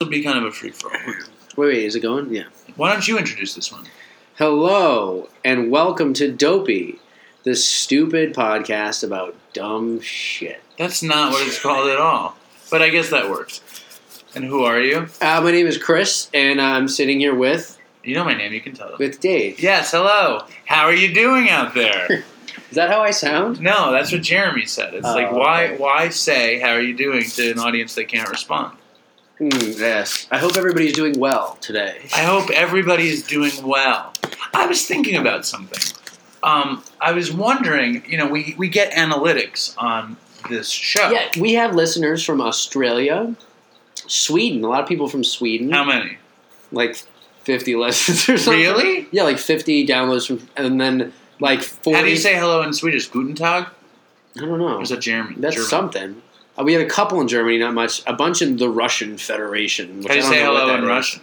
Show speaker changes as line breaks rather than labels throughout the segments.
kind of a free for all.
Wait, wait, is it going? Yeah.
Why don't you introduce this one?
Hello, and welcome to Dopey, the stupid podcast about dumb shit.
That's not what it's called at all. But I guess that works. And who are you?
Uh, my name is Chris, and uh, I'm sitting here with
You know my name. You can tell. them.
with Dave.
Yes. Hello. How are you doing out there?
Is that how I sound?
no, that's what Jeremy said. It's like
Oh,
why
okay.
why say how are you doing to an audience that can't respond?
Hmm, yes. I hope everybody's doing well today.
I hope everybody is doing well. I was thinking about something. Um, I was wondering, you know, we, we get analytics on this show.
Yeah, we have listeners from Australia, Sweden. A lot of people from Sweden,
How many?
like fifty listens or something.
Really?
Yeah, like fifty downloads from, and then like forty.
How do you say hello in Swedish? Guten Tag?
I don't know.
Or is that German?
That's
German?
something. Uh, we had a couple in Germany, not much. A bunch in the Russian Federation. Which
How do you
I don't
say
know what
hello
that
in
is.
Russian?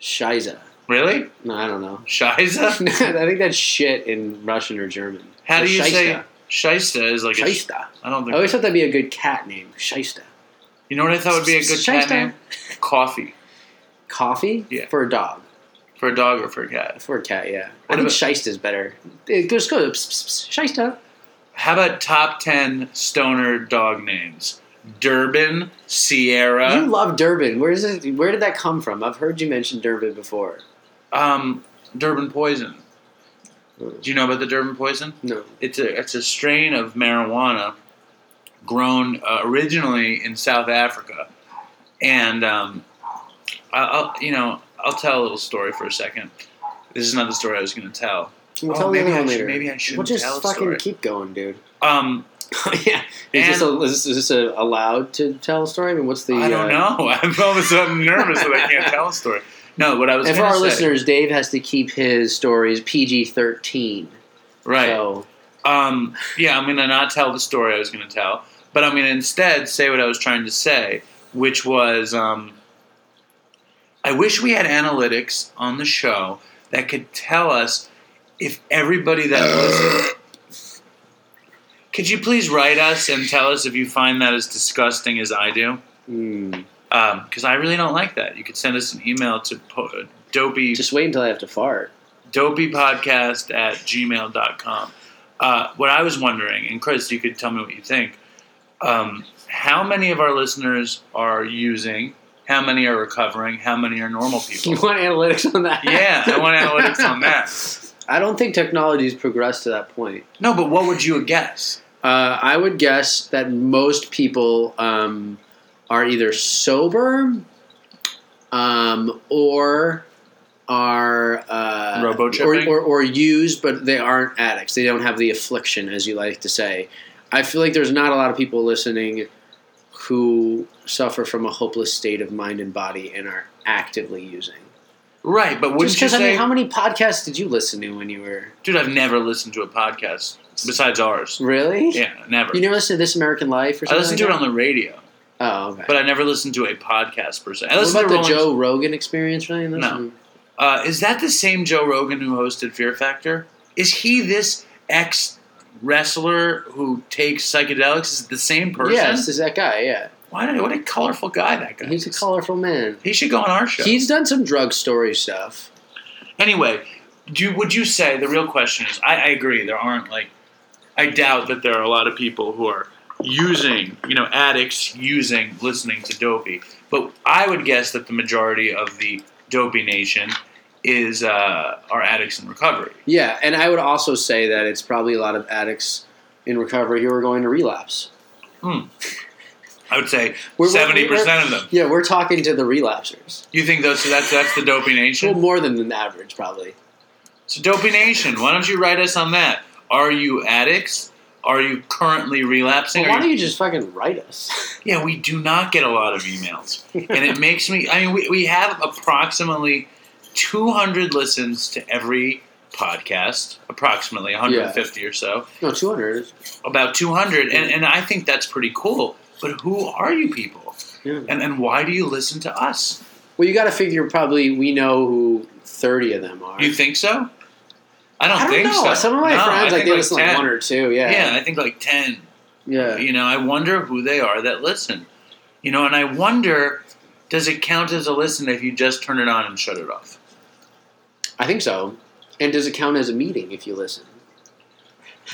Shiza.
Really?
No, I don't know.
Shiza?
I think that's shit in Russian or German.
How
Or
do you say
Shysta.
Shista is like a,
Shysta?
I don't
I
think
always thought that'd be a good cat name. Shysta.
You know what I thought would be a good cat
Shysta.
name? Coffee.
Coffee?
Yeah.
For a dog.
For a dog or for a cat.
For a cat, yeah.
What
I think
about-
Shysta's better. It just goes pss, pss, pss, Shysta.
Uh-huh. How about top ten stoner dog names? Durban, Sierra.
you love Durban. Where is it? Where did that come from? I've heard you mention Durban before.
Um, Durban poison. Do you know about the Durban poison?
No.
It's a it's a strain of marijuana grown uh, originally in South Africa, and um, I- I'll you know I'll tell a little story for a second. This is not the story I was going to tell.
We'll
Oh,
tell the
maybe
other
I
one
should-
later.
maybe I shouldn't
We'll just
tell a
fucking
story.
keep going, dude.
Um,
yeah. Is this,
And-
a, is this a allowed to tell a story? I mean, what's the?
I don't
uh,
know. I'm all of a sudden nervous that I can't tell a story. No, what I was
And for
gonna
our
say-
listeners, Dave has to keep his stories PG thirteen.
right?
So
Um, yeah, I'm going to not tell the story I was going to tell, but I'm going to instead say what I was trying to say, which was um, I wish we had analytics on the show that could tell us if everybody that listens. Could you please write us and tell us if you find that as disgusting as I do?
mm,
Because I really don't like that. You could send us an email to po- uh, dopey
just wait until I have to fart.
dopeypodcast at gmail.com. Uh, what I was wondering, and Chris, you could tell me what you think. Um, how many of our listeners are using? How many are recovering? How many are normal
You
people?
want analytics on that?
yeah, I want analytics on that.
I don't think technology's progressed to that point.
No, but what would you guess?
Uh, I would guess that most people um, are either sober um, or are uh,
Robo-tripping?
or, or, or used, but they aren't addicts. They don't have the affliction, as you like to say. I feel like there's not a lot of people listening who suffer from a hopeless state of mind and body and are actively using.
Right, but wouldn't
Just
you
because, I
say,
mean, how many podcasts did you listen to when you were
dude, I've never listened to a podcast besides ours.
really?
Yeah, never.
You never listened to This American Life or
I
something?
listened to it
like
on the radio,
that? Oh, okay.
but I never listened to a podcast per se. I
What
listened
about
to
the
Rolling-
Joe Rogan experience? Really? That's-
No. Uh, is that the same Joe Rogan who hosted Fear Factor? Is he this ex wrestler who takes psychedelics? Is it the same person?
Yes, is that guy? Yeah,
Why did, what a colorful guy that guy.
he's a
is.
colorful man.
He should go on our show.
He's done some drug story stuff.
anyway, do you- would you say the real question is? I, I agree. There aren't like I doubt that there are a lot of people who are using, you know, addicts using listening to Dopey. But I would guess that the majority of the Dopey Nation is uh, are addicts in recovery.
Yeah, and I would also say that it's probably a lot of addicts in recovery who are going to relapse.
I would say
We're- we're-
seventy percent of them.
Yeah, we're talking to the relapsers.
You think those? So that's that's the Dopey
Well,
Nation.
more than the average, probably.
So Dopey Nation, why don't you write us on that? Are you addicts? Are you currently relapsing?
Well, why
Are
don't
you-
you just fucking write us?
yeah, we do not get a lot of emails, and it makes me. I mean, we, we have approximately two hundred listens to every podcast, approximately one hundred and fifty or so,
No, two hundred.
about two hundred, and and I think that's pretty cool. But who are you people,
Yeah.
and and why do you listen to us?
Well, you got to figure probably we know who thirty of them are.
You think so? I don't,
I don't
think
know.
so.
Some of my
No, I
friends like
think
they listen like
10.
one or two.
Yeah, I think like 10.
yeah.
You know, I wonder who they are that listen. You know, and I wonder Does it count as a listen if you just turn it on and shut it off?
I think so. And does it count as a meeting if you listen?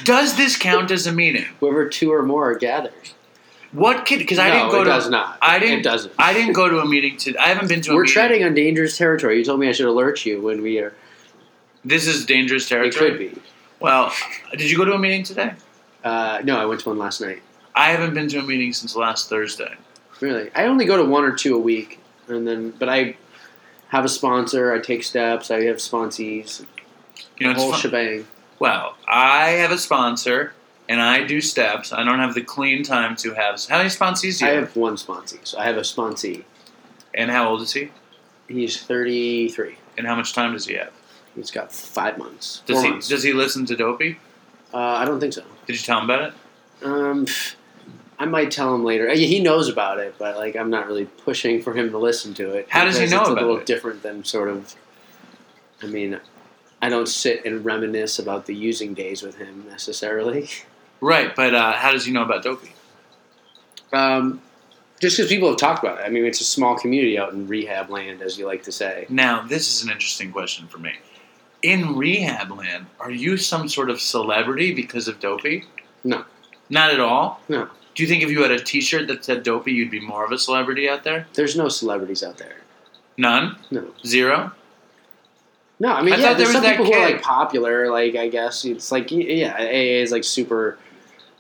Does this count as a meeting?
Whoever two or more are gathered.
What could? Because I
no,
didn't go
it
to.
does not.
I didn't.
It doesn't.
I didn't go to a meeting today. I haven't been to. a
We're
meeting.
treading on dangerous territory. You told me I should alert you when we are.
This is dangerous
It
territory.
could be.
Well, did you go to a meeting today?
Uh, no, I went to one last night.
I haven't been to a meeting since last Thursday.
Really, I only go to one or two a week, and then but I have a sponsor. I take steps. I have sponsees.
You know,
The
it's
whole
fun-
shebang.
well, I have a sponsor and I do steps. I don't have the clean time to have. How many sponsors do
I
you
have one sponsee, so I have a sponsee.
And how old is he?
He's thirty-three.
And how much time does he have?
He's got five months.
Does
four
he
months.
does he listen to Dopey?
uh, I don't think so.
Did you tell him about it?
Um, pff, I might tell him later. Uh, He knows about it, but like I'm not really pushing for him to listen to it.
How does he
because
know
it's
about
a little
it?
different than sort of. I mean, I don't sit and reminisce about the using days with him necessarily.
Right, but uh, how does he know about Dopey?
Um, just because people have talked about it. I mean, it's a small community out in rehab land, as you like to say.
Now, this is an interesting question for me. In rehab land, are you some sort of celebrity because of Dopey?
No.
Not at all?
No.
Do you think if you had a t shirt that said Dopey, you'd be more of a celebrity out there?
There's no celebrities out there.
None?
No.
Zero?
No, I mean,
I
yeah,
thought there
there's
was
some
that
people who are
kid.
like popular. Like, I guess it's like, y- yeah, AA is like super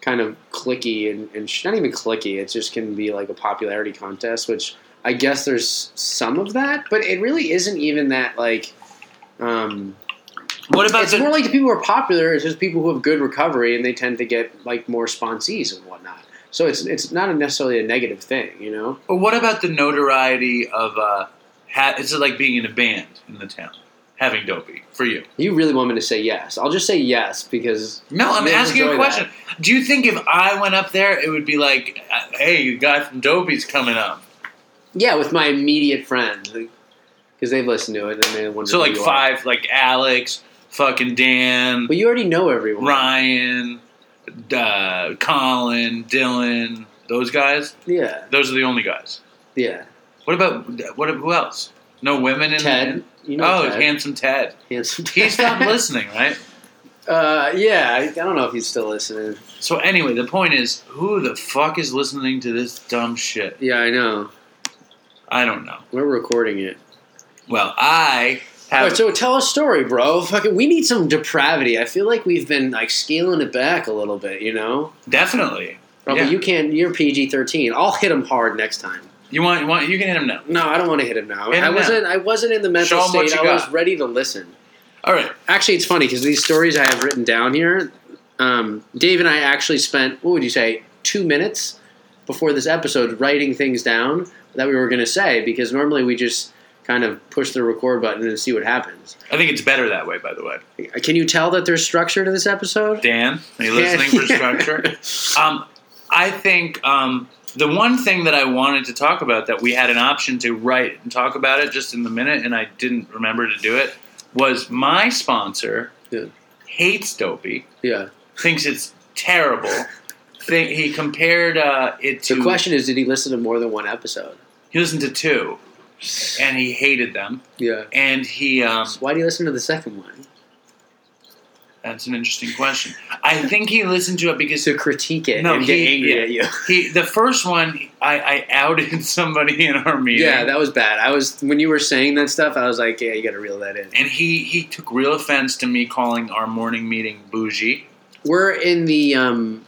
kind of clicky and, and sh- not even clicky. It just can be like a popularity contest, which I guess there's some of that, but it really isn't even that like. Um,
What about
it's
the.
more like the people who are popular. It's just people who have good recovery, and they tend to get like more sponsees and whatnot. So it's it's not necessarily a negative thing, you know.
But what about the notoriety of uh, ha- it's like being in a band in the town, having dopey for you?
You really want me to say yes? I'll just say yes because
No, I'm
You'll
asking you a
enjoy that.
question. Do you think if I went up there, it would be like, uh, "Hey, you guy from Dopey's coming up"?
Yeah, with my immediate friends, because they've listened to it and they wonder.
So
who
like
you are.
five, like Alex, fucking Dan,
But you already know everyone.
Ryan, uh, Colin, Dylan, those guys.
Yeah,
Those are the only guys.
yeah.
What about what? Who else? No women in
Ted, you know
oh,
Ted.
handsome Ted.
handsome.
He stopped
Ted.
listening, right?
Uh, yeah, I, I don't know if he's still listening.
So anyway, the point is, who the fuck is listening to this dumb shit?
Yeah, I know.
I don't know.
We're recording it.
Well, I have.
All right, so tell a story, bro. Fucking, we need some depravity. I feel like we've been like scaling it back a little bit, you know.
Definitely.
Oh,
Yeah.
But you can't. You're PG thirteen. I'll hit him hard next time.
You want? You want? You can hit him now.
No, I don't want to hit him now.
Hit him
I
now.
wasn't. I wasn't in the mental
Show him what
state. I
you
was
got.
ready to listen.
All right.
Actually, it's funny because these stories I have written down here, um, Dave and I actually spent, what would you say, two minutes before this episode writing things down that we were going to say because normally we just kind of push the record button and see what happens. Uh,
I think it's better that way. By the way,
Can you tell that there's structure to this episode?
Dan, are you listening for structure? Um, I think um, the one thing that I wanted to talk about that we had an option to write and talk about it just in the minute, and I didn't remember to do it, was my sponsor
Yeah.
hates Dopey,
yeah.
thinks it's terrible. Think, he compared uh, it to
The question is, did he listen to more than one episode?
he listened to two, and he hated them,
Yeah.
and he um,
So why do you listen to the second one?
that's an interesting question. I think he listened to it because
To critique it
No,
and get
he-
angry
yeah.
at you.
He, the first one, I, I outed somebody in our meeting.
Yeah, that was bad. I was when you were saying that stuff, I was like, yeah, you got to reel that in.
and he, he took real offense to me calling our morning meeting bougie.
We're in the um,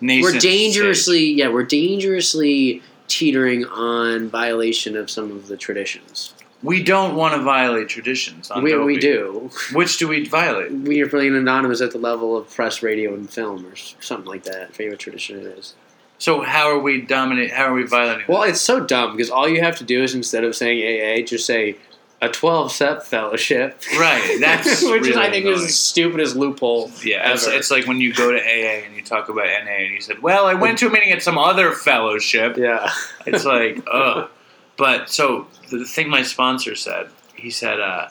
Nascent
we're dangerously yeah we're dangerously teetering on violation of some of the traditions.
stage. We don't want to violate traditions. On
We, we
Dopey.
do.
Which do we violate?
We are playing anonymous at the level of press, radio, and film, or s- something like that. Favorite tradition it is.
So how are we dominate? How are we violating?
Well, it's so dumb because all you have to do is instead of saying AA, just say a twelve-step fellowship.
Right, that's
which is, I
really
think is
annoying.
the stupidest loophole.
yeah, it's,
ever.
it's like when you go to AA and you talk about NA and you said, "Well, I went to a meeting at some other fellowship."
Yeah.
It's like, ugh. But so the thing my sponsor said, he said, uh,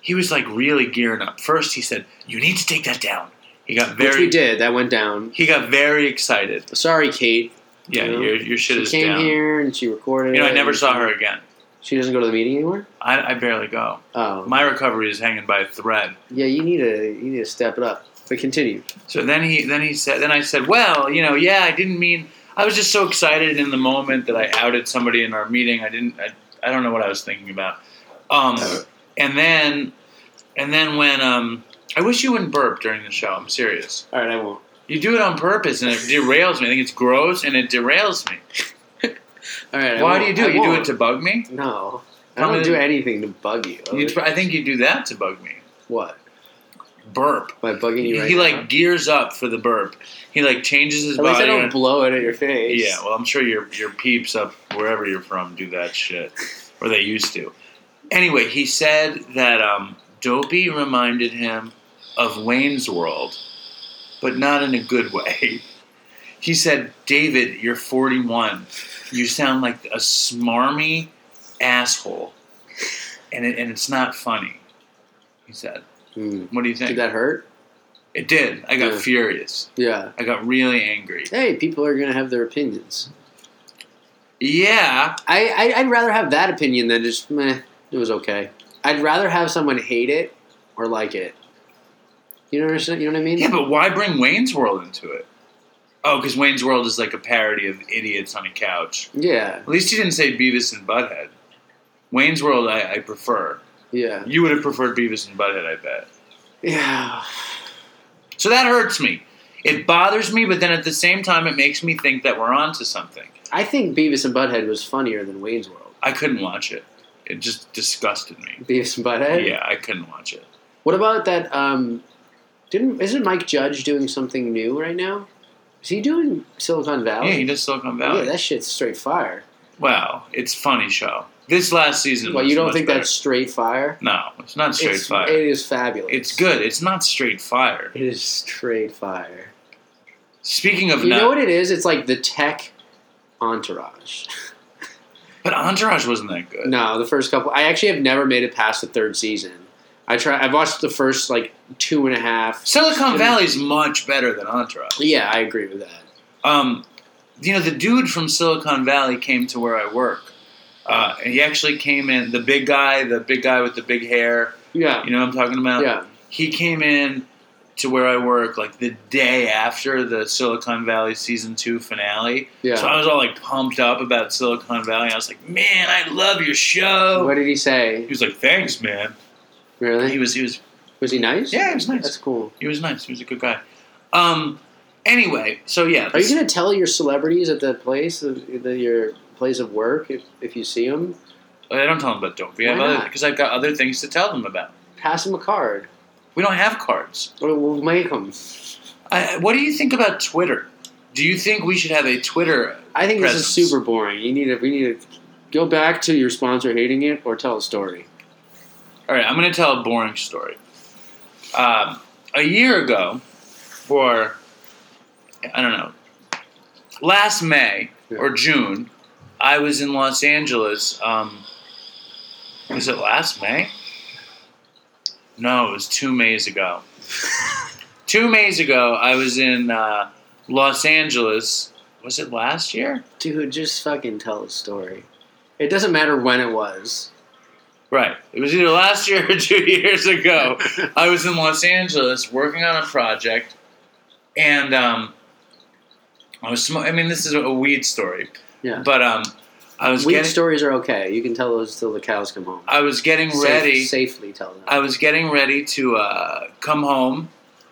he was like really gearing up. First, he said, "You need to take that down." He got
Which we
very,
did. That went down.
he got very excited.
Sorry, Kate.
Yeah,
You know?
your, your shit
she
is
came
down.
here and she recorded.
You know, I
it
never
and
saw her again.
She doesn't go to the meeting anymore.
I, I barely go.
Oh,
My recovery is hanging by a thread.
yeah. You need to you need to step it up. But continue.
So then he then he said then I said, well, you know, yeah, I didn't mean. I was just so excited in the moment that I outed somebody in our meeting. I didn't. I, I don't know what I was thinking about. Um,
Oh.
and then and then when um, I wish you wouldn't burp during the show. I'm serious.
All right, I won't.
You do it on purpose, and it derails me. I think it's gross, and it derails me.
All right. I
Why
won't.
do you do
I
it? You do it
won't.
to bug me.
No, I
Come
don't
in.
do anything to bug you.
You, I think you do that to bug me.
what?
Burp.
By bugging you right
he like
now?
gears up for the burp. He like changes his
At least I
body.
don't blow it at your face.
yeah, well, I'm sure your your peeps up wherever you're from do that shit, or they used to. Anyway, he said that um, Dopey reminded him of Wayne's World, but not in a good way. He said, "David, you're 41. You sound like a smarmy asshole, and it, and it's not funny." He said,
Hmm.
"What do you
Did
think?"
that hurt?
It did. I got
Yeah.
furious.
Yeah.
I got really angry.
Hey, people are gonna have their opinions.
Yeah,
I, I I'd rather have that opinion than just meh. It was okay. I'd rather have someone hate it or like it. You know what I'm You know what I mean?
yeah, but why bring Wayne's World into it? Oh, because Wayne's World is like a parody of idiots on a couch.
Yeah.
At least you didn't say Beavis and Butthead. Wayne's World, I, I prefer.
Yeah.
You would have preferred Beavis and Butthead, I bet.
Yeah.
So that hurts me. It bothers me, but then at the same time, it makes me think that we're onto something.
I think Beavis and Butthead was funnier than Wayne's World.
I couldn't watch it. It just disgusted me.
Beavis and Butthead.
Yeah, I couldn't watch it.
What about that? Um, didn't isn't Mike Judge doing something new right now? Is he doing Silicon Valley?
Yeah, he does Silicon
Yeah,
Valley.
that shit's straight fire.
Wow, it's funny show. This last season.
Well,
was
you don't
much
think
better.
that's straight fire?
No, it's not straight
it's,
fire.
It is fabulous.
it's good. It's not straight fire.
It is straight fire.
Speaking of
You
not,
know what it is? It's like the tech entourage.
but Entourage wasn't that good.
No, the first couple. I actually have never made it past the third season. I try. I've watched the first like two and a half.
Silicon Valley is much better than Entourage.
Yeah, I agree with that.
Um, you know, the dude from Silicon Valley came to where I work. Uh, and he actually came in. The big guy, the big guy with the big hair.
Yeah,
You know what I'm talking about?
yeah.
He came in to where I work like the day after the Silicon Valley season two finale.
Yeah.
So I was all like pumped up about Silicon Valley. I was like, man, I love your show.
What did he
He
say?
was like, thanks, man. He
Really?
was, he was,
Was he nice?
yeah, he was
That's
nice.
cool.
He was nice. He was a good guy. Um, anyway, so yeah,
Are you
this-
gonna tell your celebrities at the place, of- the, your place of work, if, if you see them,
I don't tell them about Dopey.
Why not?
Because I've got other things to tell them about.
pass them a card.
We don't have cards.
Or We'll make them.
I, what do you think about Twitter? Do you think we should have a Twitter?
I think
Presents.
this is super boring. You need to. We need to go back to your sponsor hating it or tell a story.
All right, I'm going to tell a boring story. Um, a year ago, or I don't know, last May
Yeah.
or June, I was in Los Angeles. Um, was it last May? No, it was two Mays ago. two Mays ago, I was in uh, Los Angeles. Was it last year?
Dude, just fucking tell a story. It doesn't matter when it was.
Right. It was either last year or two years ago. Oh, I was in Los Angeles working on a project, and um, I was. Sm- I mean, this is a weed story,
Yeah.
but um, I was
Weird
getting.
stories are okay. You can tell those till the cows come home.
I was getting
Safe-
ready.
safely tell them.
I was getting ready to uh, come home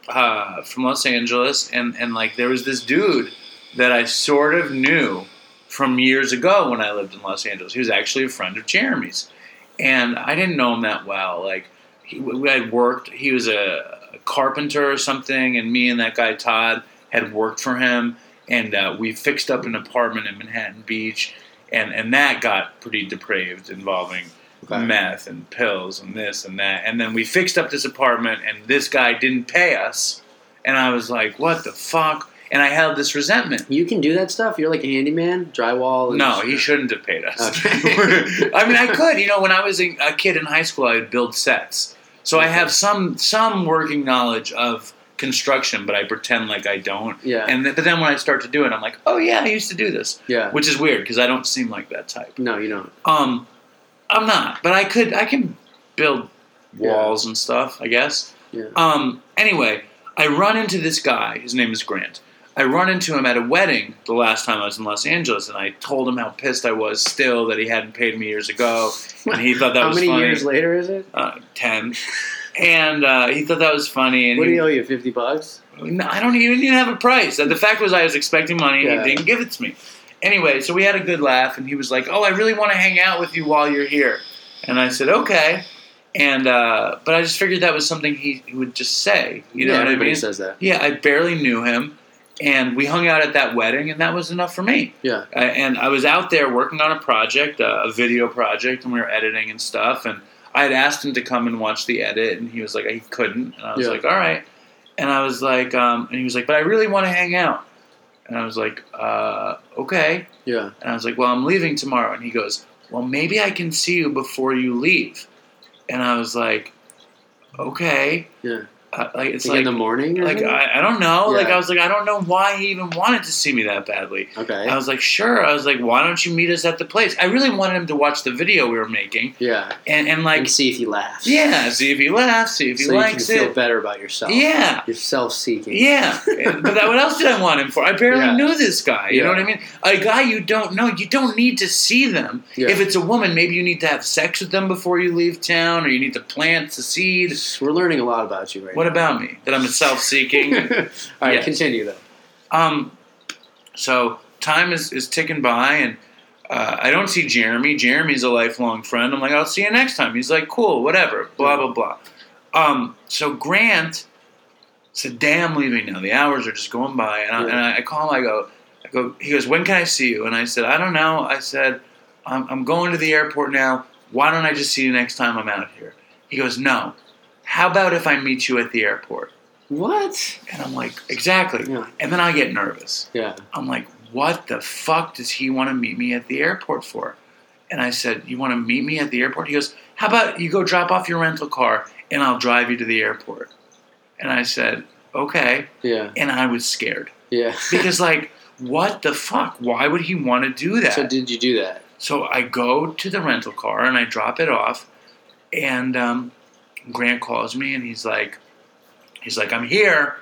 uh, from Los Angeles, and, and like there was this dude that I sort of knew from years ago when I lived in Los Angeles. He was actually a friend of Jeremy's, and I didn't know him that well. Like he, we had worked. He was a carpenter or something, and me and that guy Todd had worked for him, and uh, we fixed up an apartment in Manhattan Beach, and and that got pretty depraved involving
Okay.
meth and pills and this and that. And then we fixed up this apartment, and this guy didn't pay us. And I was like, what the fuck? And I held this resentment.
You can do that stuff. You're like a handyman, drywall. and-
No, he shouldn't have paid us.
Okay.
I mean, I could. You know, when I was in- a kid in high school, I would build sets. So I have some some working knowledge of construction, but I pretend like I don't.
Yeah.
And th- but then when I start to do it, I'm like, oh yeah, I used to do this,
yeah.
which is weird because I don't seem like that type.
No, you don't.
Um, I'm not, but I could. I can build
Yeah.
walls and stuff. I guess.
Yeah.
Um. Anyway, I run into this guy. His name is Grant. I run into him at a wedding the last time I was in Los Angeles, and I told him how pissed I was still that he hadn't paid me years ago, and he thought that
How
was
many
funny.
years later is it?
uh, ten, and uh, he thought that was funny. And
What do
he-
you owe you? Fifty bucks?
no, I don't even didn't have a price. The fact was, I was expecting money, and
Yeah.
he didn't give it to me. Anyway, so we had a good laugh, and he was like, "Oh, I really want to hang out with you while you're here," and I said, "Okay," and uh, but I just figured that was something he would just say. You know
yeah,
what I
everybody
mean?
says that.
Yeah, I barely knew him, and we hung out at that wedding, and that was enough for me.
Yeah.
I, and I was out there working on a project, uh, a video project, and we were editing and stuff. And I had asked him to come and watch the edit, and he was like, he couldn't. And I was
Yeah.
like, all right. And I was like, um, and he was like, but I really want to hang out. And I was like, uh, okay.
Yeah.
And I was like, well, I'm leaving tomorrow. And he goes, well, maybe I can see you before you leave. And I was like, okay.
Yeah.
Uh, like it's
Like, in
like
the morning or
like
something?
I, I don't know. Like
Yeah.
I was like I don't know why he even wanted to see me that badly.
Okay.
I was like, sure. I was like, why don't you meet us at the place? I really wanted him to watch the video we were making
yeah.
and, and like,
and see if he laughs.
yeah, see if he laughs, see if he
so
likes
you can feel
it.
better about yourself.
Yeah.
You're self seeking.
Yeah, but that, what else did I want him for? I barely
Yeah.
knew this guy. You
Yeah.
know what I mean? A guy you don't know, you don't need to see them.
Yeah.
If it's a woman, maybe you need to have sex with them before you leave town, or you need to plant the seed.
We're learning a lot about you right
What
now.
about me? That I'm self-seeking.
All right,
Yeah.
continue though.
Um, so time is, is ticking by, and uh, I don't see Jeremy. Jeremy's a lifelong friend. I'm like, I'll see you next time. He's like, cool, whatever, blah, blah, blah. Um, so Grant said, damn, I'm leaving now. The hours are just going by. And I,
Yeah.
and I, I call him, I go, I go, he goes, when can I see you? And I said, I don't know. I said, I'm, I'm going to the airport now. Why don't I just see you next time I'm out here? He goes, no. How about if I meet you at the airport?
What?
And I'm like, exactly.
Yeah.
And then I get nervous.
Yeah.
I'm like, what the fuck does he want to meet me at the airport for? And I said, you want to meet me at the airport? He goes, how about you go drop off your rental car and I'll drive you to the airport? And I said, okay.
Yeah.
And I was scared
Yeah.
because, like, what the fuck? Why would he want to do that?
So did you do that?
So I go to the rental car and I drop it off, and um, Grant calls me and he's like, he's like, I'm here.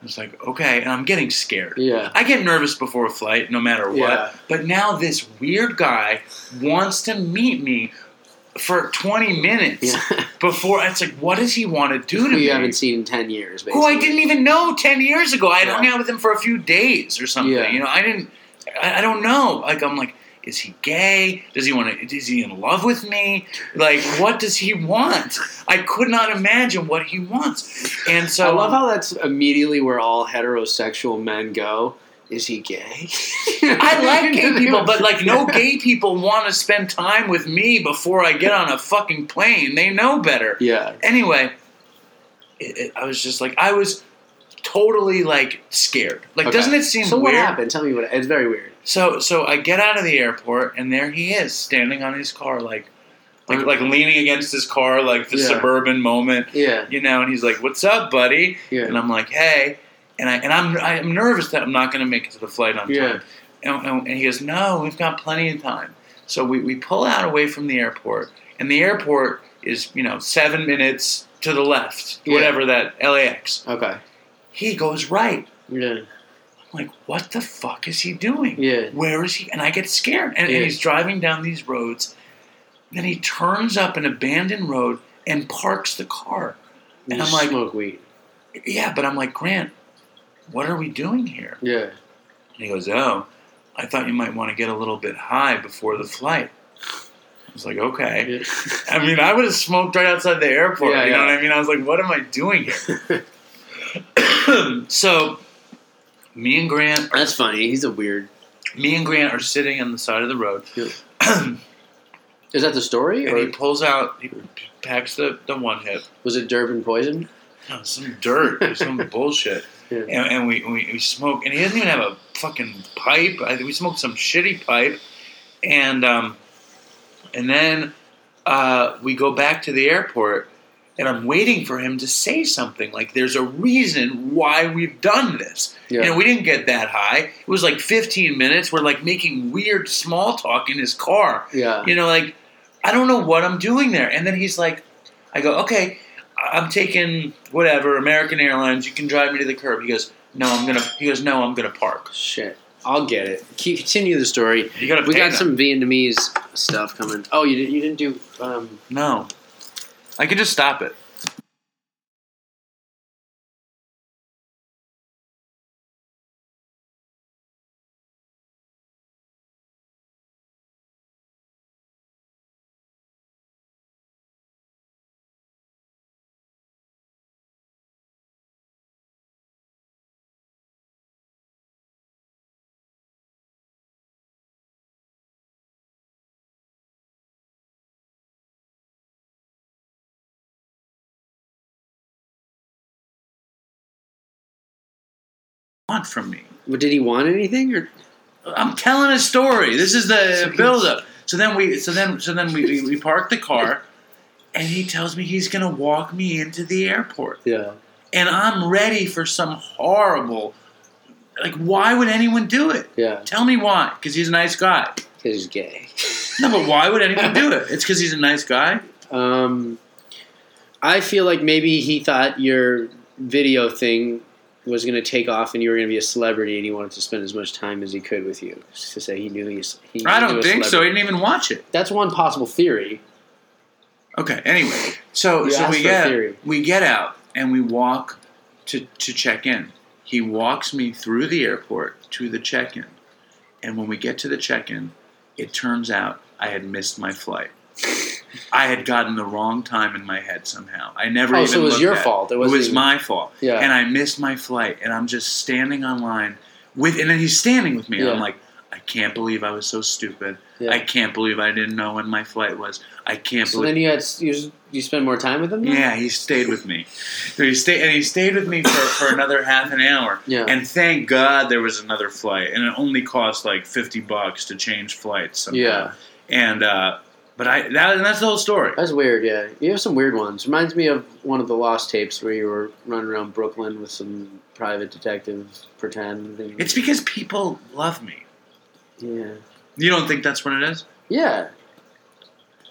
I was like, okay, and I'm getting scared.
Yeah.
I get nervous before a flight, no matter what.
Yeah.
But now this weird guy wants to meet me for 20 minutes
Yeah.
before. It's like, what does he want to do to
Who
me?
you haven't seen in ten years, basically.
Who I didn't even know 10 years ago. I would
Yeah.
hung out with him for a few days or something.
Yeah.
You know, I didn't. I, I don't know. Like, I'm like, is he gay? Does he want to? Is he in love with me? Like, what does he want? I could not imagine what he wants. And so
I love how that's immediately where all heterosexual men go. Is he gay?
I like gay people, but like no gay people want to spend time with me before I get on a fucking plane. They know better.
yeah,
Anyway, it, it, I was just like, I was totally like scared. Like,
Okay.
doesn't it seem
so? What
weird?
happened? Tell me what. It's very weird.
So, so I get out of the airport, and there he is, standing on his car, like, like, like leaning against his car, like the
Yeah.
suburban moment,
Yeah,
you know. And he's like, "What's up, buddy?"
yeah,
and I'm like, hey, and I and I'm I'm nervous that I'm not going to make it to the flight on
Yeah.
time. And, and, and he goes, no, we've got plenty of time. So we, we pull out away from the airport, and the airport is you know seven minutes to the left,
Yeah.
whatever that LAX.
okay,
He goes right.
yeah,
I'm like, what the fuck is he doing?
yeah,
Where is he? And I get scared. And, and
Yeah.
he's driving down these roads. Then he turns up an abandoned road and parks the car. And
You
I'm like-
smoke weed.
Yeah, but I'm like, Grant, what are we doing here?
Yeah,
And he goes, Oh, I thought you might want to get a little bit high before the flight. I was like, Okay.
yeah.
I mean, I would have smoked right outside the airport.
Yeah,
you know
yeah.
what I mean? I was like, What am I doing here? so, me and Grant,
that's funny. He's a weird.
me and Grant are sitting on the side of the road,
Is that the story,
and he
or
pulls out, he packs the, the one hip,
was it Durban poison?
No, some dirt or some bullshit.
Yeah.
And, and we, we, we smoke, and he doesn't even have a fucking pipe. I, think we smoked some shitty pipe, and um, and then uh, we go back to the airport, and I'm waiting for him to say something like there's a reason why we've done this.
Yeah.
And we didn't get that high. It was like 15 minutes. We're like making weird small talk in his car.
Yeah.
You know, like I don't know what I'm doing there. And then he's like, I go, okay, I- I'm taking whatever American Airlines. You can drive me to the curb. He goes, no, I'm gonna. He goes, no, I'm gonna park.
Shit. I'll get it. Keep, continue the story.
You gotta.
We
pay
got
them.
some Vietnamese stuff coming. Oh, you didn't. You didn't do. Um,
No, I could just stop it. Want from me?
what, did he want anything or
I'm telling a story. This is the
So-
build up. So then we so then so then we, we, we park the car and he tells me he's gonna walk me into the airport.
yeah?
And I'm ready for some horrible like why would anyone do it?
Yeah,
Tell me why. Because he's a nice guy.
because he's gay.
No, but why would anyone do it? It's because he's a nice guy.
Um, I feel like maybe he thought your video thing was going to take off and you were going to be a celebrity and he wanted to spend as much time as he could with you. Just to say he knew he, he
I
knew
don't
a
think so. He
celebrity.
didn't even watch it.
That's one possible theory.
Okay. Anyway, so
You
so
asked
we
for a
get
theory.
we get out and we walk to to check in. He walks me through the airport to the check in, and when we get to the check in, it turns out I had missed my flight. I had gotten the wrong time in my head somehow. I never.
Oh,
even
so it was
looked
your
at
fault. It
It
wasn't
was
even-
my fault.
Yeah.
And I missed my flight, and I'm just standing on line with, and then he's standing with me, and I'm
Yeah.
like, I can't believe I was so stupid.
Yeah.
I can't believe I didn't know when my flight was. I can't
So
believe.
then you had you, you spend more time with him. then?
Yeah, he stayed with me. So he stayed, and he stayed with me for, for another half an hour.
Yeah.
And thank God there was another flight, and it only cost like fifty bucks to change flights. somehow.
Yeah.
And uh, but I that and that's the whole story.
That's weird. Yeah, you have some weird ones. Reminds me of one of the lost tapes where you were running around Brooklyn with some private detective pretend. and-
It's because people love me.
yeah,
You don't think that's what it is?
yeah.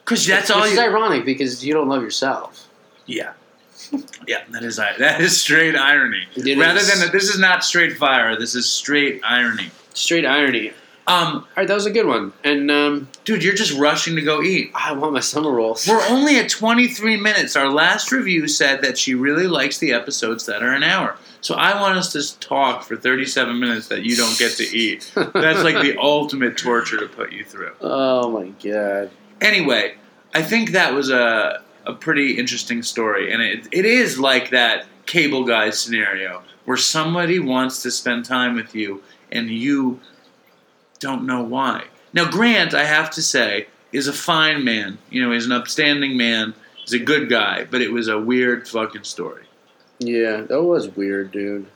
Because that's
Which
all
is
you.
ironic because you don't love yourself.
Yeah. Yeah, that is i- that is straight irony.
It
Rather
is.
than this is not straight fire, this is straight irony.
Straight irony.
Um,
All right, that was a good one. And um,
dude, you're just rushing to go eat.
I want my summer rolls.
We're only at 23 minutes. Our last review said that she really likes the episodes that are an hour. So I want us to talk for 37 minutes that you don't get to eat. That's like the ultimate torture to put you through.
oh my god.
Anyway, I think that was a, a pretty interesting story. And it, it is like that cable guy scenario where somebody wants to spend time with you and you don't know why. Now, Grant, I have to say, is a fine man. You know, he's an upstanding man. He's a good guy, but it was a weird fucking story.
Yeah, that was weird, dude.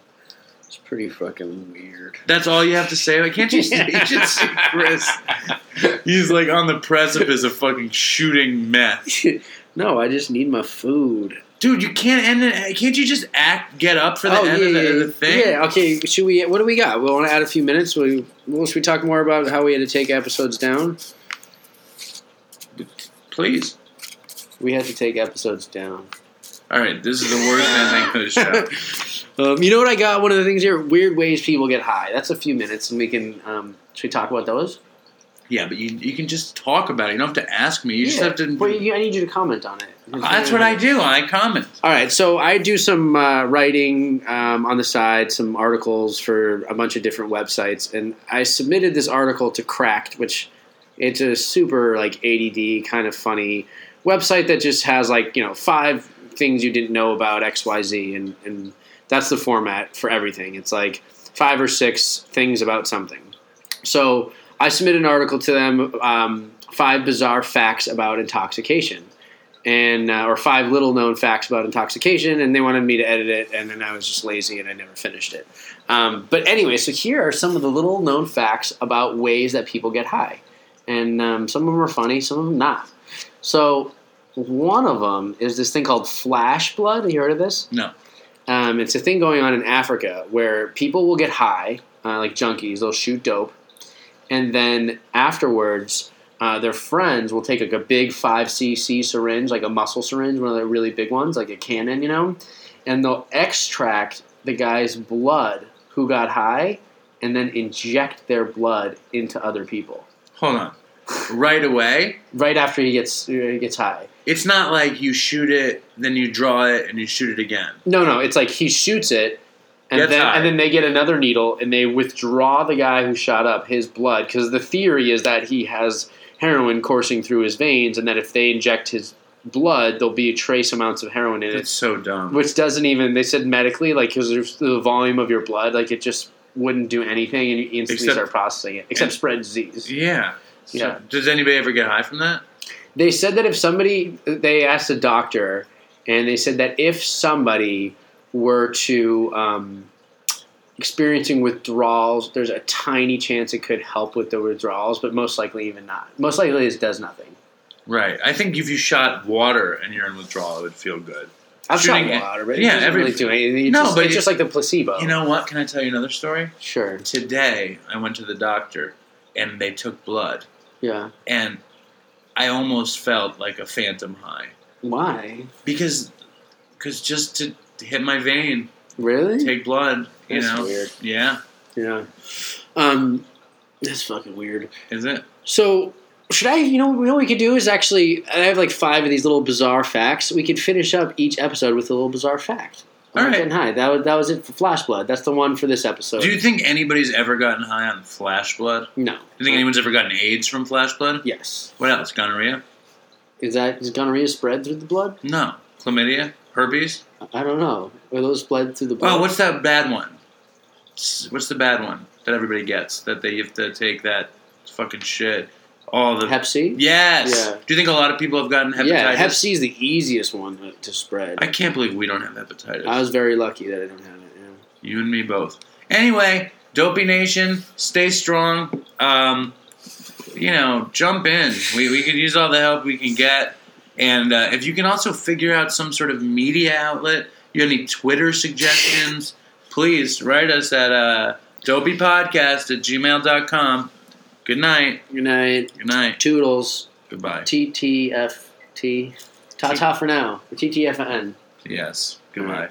It's pretty fucking weird.
That's all you have to say. Like, can't you see, you should see Chris? He's like on the precipice of fucking shooting meth.
no, I just need my food.
Dude, you can't end it. Can't you just act, get up for the
oh,
end
yeah,
of the,
yeah,
the thing?
Yeah, okay. Should we? What do we got? We want to add a few minutes. We well, should we talk more about how we had to take episodes down?
Please.
We had to take episodes down.
All right, this is the worst ending to the show.
Um, you know what I got? One of the things here: weird ways people get high. That's a few minutes, and we can. Um, should we talk about those?
Yeah, but you, you can just talk about it. You don't have to ask me. You just
Yeah.
have to.
Well, you, I need you to comment on it.
that's what I do. I comment.
All right, so I do some uh, writing um, on the side, some articles for a bunch of different websites, and I submitted this article to Cracked, which it's a super like ADD kind of funny website that just has like you know five things you didn't know about X Y Z, and and that's the format for everything. It's like five or six things about something. So I submitted an article to them, um, five bizarre facts about intoxication and uh, or five little known facts about intoxication, and they wanted me to edit it, and then I was just lazy and I never finished it. Um, but anyway, so here are some of the little known facts about ways that people get high, and um, some of them are funny, some of them not. So One of them is this thing called flash blood. Have you heard of this?
No.
Um, it's a thing going on in Africa where people will get high, uh, like junkies. They'll shoot dope, and then afterwards, uh, their friends will take like a big five cc syringe, like a muscle syringe, one of the really big ones, like a cannon, you know, and they'll extract the guy's blood who got high, and then inject their blood into other people
Hold on. Right away,
right after he gets uh, he gets high.
it's not like you shoot it, then you draw it, and you shoot it again.
No, no, it's like he shoots it, and
Gets
then
high.
and then they get another needle and they withdraw the guy who shot up his blood because the theory is that he has heroin coursing through his veins and that if they inject his blood, there'll be trace amounts of heroin in it,
It's so dumb.
which doesn't even they said medically like because the volume of your blood like it just wouldn't do anything and you instantly
Except-
start processing it except spread disease.
Yeah. So,
Yeah.
Does anybody ever get high from that?
they said that if somebody they asked a doctor and they said that if somebody were to um, experiencing withdrawals there's a tiny chance it could help with the withdrawals but most likely even not most likely it does nothing
Right. I think if you shot water and you're in withdrawal, it would feel good.
i've
Shooting it.
shot water but
Yeah,
it doesn't
every-
really do anything It's
No,
just,
but
it's
it-
just like the placebo
You know what? Can I tell you another story?
sure
Today, I went to the doctor and they took blood,
yeah
and I almost felt like a phantom high
why
because cause just to hit my vein,
really
take blood, you
That's
know?
weird.
Yeah.
yeah um that's fucking weird
Is it?
So should I? You know, you know what we could do is actually I have like five of these little bizarre facts. We could finish up each episode with a little bizarre fact.
All right.
Getting high. That was that was it for Flash Blood. That's the one for this episode.
Do you think anybody's ever gotten high on flash blood?
no.
Do you think anyone's ever gotten AIDS from flash blood?
Yes.
What else? Gonorrhea?
Is that is gonorrhea spread through the blood?
No. Chlamydia? Herpes?
I don't know. Are those bled through the blood?
Oh, what's that bad one? S- What's the bad one that everybody gets that they have to take that fucking shit? All the
Hep C.
yes.
Yeah.
Do you think a lot of people have gotten hepatitis?
Yeah, Hep C is the easiest one to, to spread.
I can't believe we don't have hepatitis.
I was very lucky that I don't have it. Yeah.
you and me both. Anyway, Dopey Nation, stay strong. Um, you know, jump in. We we could use all the help we can get, and uh, if you can also figure out some sort of media outlet, you have any Twitter suggestions, please write us at uh, dopeypodcast at gmail.com. Good night.
Good night.
Good night.
Toodles.
Goodbye.
TTFT. Ta ta for now. TTFN.
Yes. Goodbye.